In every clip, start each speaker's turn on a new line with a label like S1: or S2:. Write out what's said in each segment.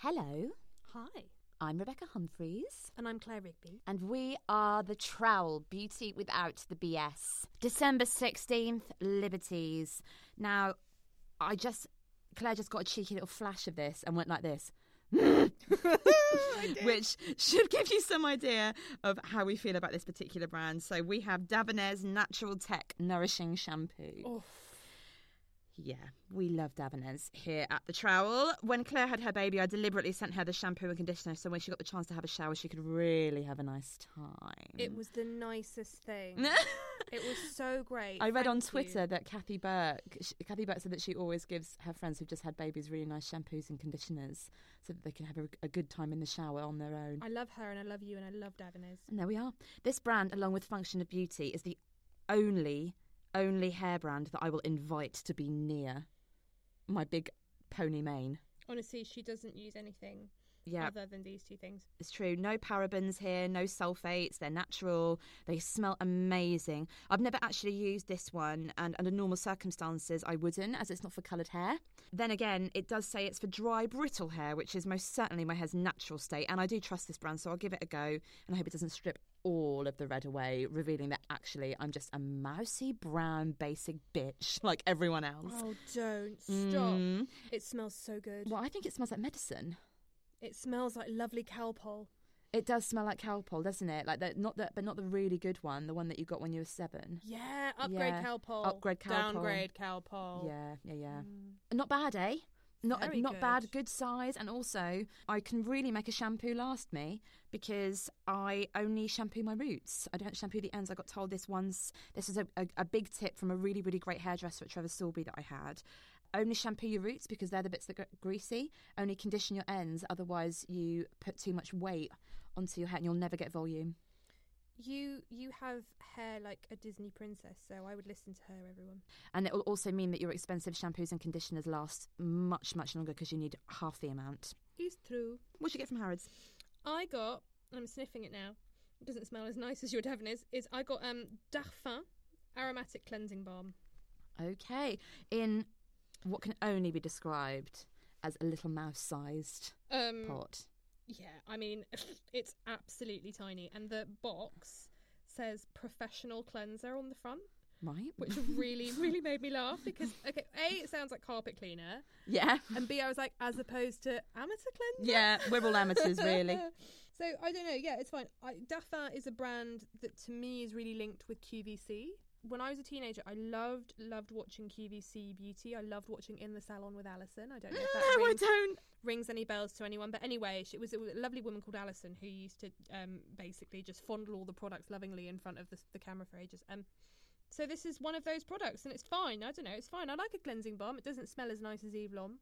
S1: Hello,
S2: Hi,
S1: I'm Rebecca Humphreys,
S2: and I'm Claire Rigby.
S1: and we are the Trowel Beauty Without the BS. December 16th, Liberties. Now, I just, Claire just got a cheeky little flash of this and went like this. Which should give you some idea of how we feel about this particular brand. So we have Dabonair's Natural Tech Nourishing Shampoo. Yeah, we love Davenants here at the Trowel. When Claire had her baby, I deliberately sent her the shampoo and conditioner so when she got the chance to have a shower, she could really have a nice time.
S2: It was the nicest thing. it was so great.
S1: I read on
S2: Thank you.
S1: Twitter that Kathy Burke, sh Kathy Burke said that she always gives her friends who've just had babies really nice shampoos and conditioners so that they can have a, a good time in the shower on their own.
S2: I love her and I love you and I love Daveners.
S1: And there we are. This brand, along with Function of Beauty, is the only, only hair brand that I will invite to be near my big pony mane.
S2: Honestly, she doesn't use anything
S1: Yeah.
S2: other than these two things.
S1: It's true. No parabens here, no sulfates. They're natural. They smell amazing. I've never actually used this one, and under normal circumstances, I wouldn't, as it's not for coloured hair. Then again, it does say it's for dry, brittle hair, which is most certainly my hair's natural state, and I do trust this brand, so I'll give it a go, and I hope it doesn't strip all of the red away, revealing that actually I'm just a mousy brown basic bitch like everyone else.
S2: Oh, don't stop.
S1: Mm.
S2: It smells so good.
S1: Well, I think it smells like medicine.
S2: It smells like lovely cowpole.
S1: It does smell like cowpole, doesn't it? Like the, not the, but not the really good one, the one that you got when you were seven.
S2: Yeah, upgrade
S1: Yeah,
S2: cowpole.
S1: upgrade cowpole.
S2: Downgrade cowpole.
S1: Yeah, yeah, yeah. Not bad, eh? Not
S2: Oh. Very
S1: not
S2: good.
S1: bad, good size, and also I can really make a shampoo last me because I only shampoo my roots. I don't shampoo the ends. I got told this once. This is a, a, a big tip from a really really great hairdresser at Trevor Sorby that I had. Only shampoo your roots because they're the bits that get greasy. Only condition your ends, otherwise you put too much weight onto your hair and you'll never get volume.
S2: You you have hair like a Disney princess, so I would listen to her, everyone.
S1: And it will also mean that your expensive shampoos and conditioners last much, much longer because you need half the amount.
S2: It's true.
S1: What'd you get from Harrods?
S2: I got, I'm sniffing it now. It doesn't smell as nice as your Daveners. Is I got um Darfin aromatic cleansing balm.
S1: Okay. In what can only be described as a little mouse sized
S2: Um,
S1: pot.
S2: yeah, I mean it's absolutely tiny, and the box says professional cleanser on the front,
S1: Right?
S2: which really really made me laugh because okay, a it sounds like carpet cleaner,
S1: Yeah.
S2: and b I was like as opposed to amateur cleanser.
S1: Yeah, we're all amateurs, really.
S2: So I don't know. Yeah, it's fine. I, Daffin is a brand that to me is really linked with QVC. When I was a teenager, I loved loved watching QVC Beauty. I loved watching In the Salon with Alison. I don't know if that
S1: No, I
S2: rings,
S1: don't.
S2: rings any bells to anyone, but anyway, she it was a lovely woman called Alison who used to um, basically just fondle all the products lovingly in front of the, the camera for ages. Um, so this is one of those products, and it's fine. I don't know. It's fine. I like a cleansing balm. It doesn't smell as nice as Evlom.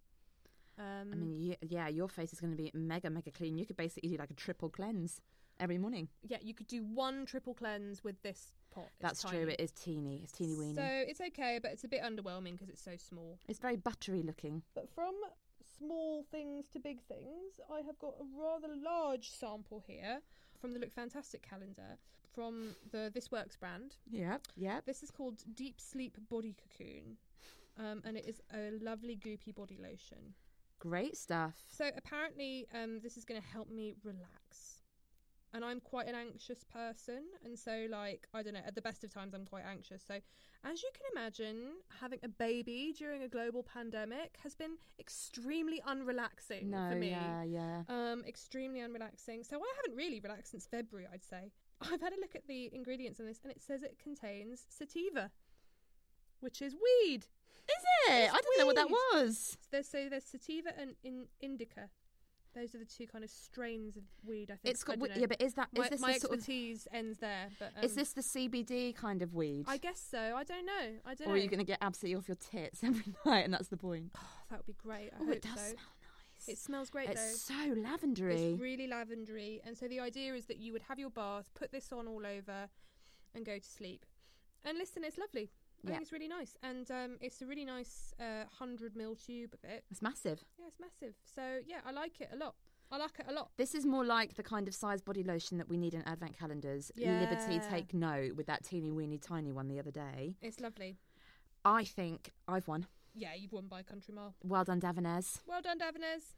S2: Um,
S1: I mean, ye- yeah, your face is going to be mega, mega clean. You could basically do like a triple cleanse every morning.
S2: yeah, you could do one triple cleanse with this pot. It's
S1: That's
S2: tiny.
S1: true. It is teeny. It's teeny weeny.
S2: So it's okay, but it's a bit underwhelming because it's so small.
S1: it's very buttery looking.
S2: But from small things to big things, I have got a rather large sample here from the Look Fantastic calendar from the This Works brand.
S1: Yep. Yep.
S2: This is called Deep Sleep Body Cocoon, um, and it is a lovely goopy body lotion.
S1: Great stuff.
S2: So apparently, um, this is going to help me relax. And I'm quite an anxious person. And so, like, I don't know, at the best of times, I'm quite anxious. So, as you can imagine, having a baby during a global pandemic has been extremely unrelaxing
S1: No,
S2: for me.
S1: yeah, yeah.
S2: Um, extremely unrelaxing. So, I haven't really relaxed since February, I'd say. I've had a look at the ingredients in this, and it says it contains sativa, which is weed.
S1: Is it? I didn't know what that
S2: weird.
S1: was.
S2: So there's, so there's sativa and in, indica. Those are the two kind of strains of weed. I think
S1: It's got
S2: I
S1: we-
S2: dunno.
S1: yeah, but is that is
S2: my,
S1: this
S2: my
S1: the sort of
S2: expertise ends there. But um,
S1: is this the CBD kind of weed?
S2: I guess so. I don't know. I don't
S1: or
S2: know.
S1: are you going to get absolutely off your tits every night, and that's the point?
S2: Oh, that would be great. I
S1: oh,
S2: hope
S1: it does
S2: so.
S1: smell nice.
S2: It smells great
S1: it's
S2: though.
S1: so lavendery.
S2: It's really lavendery, and so the idea is that you would have your bath, put this on all over, and go to sleep. And listen, it's lovely. I
S1: Yeah.
S2: think it's really nice, and um, it's a really nice uh, hundred mil tube of it.
S1: it's massive.
S2: Yeah, it's massive. So yeah, I like it a lot. I like it a lot.
S1: This is more like the kind of size body lotion that we need in advent calendars. Liberty,
S2: Yeah.
S1: take note with that teeny weeny tiny one the other day.
S2: It's lovely.
S1: I think I've won.
S2: Yeah, you've won by a country mile.
S1: Well done, Davines.
S2: Well done, Daveners.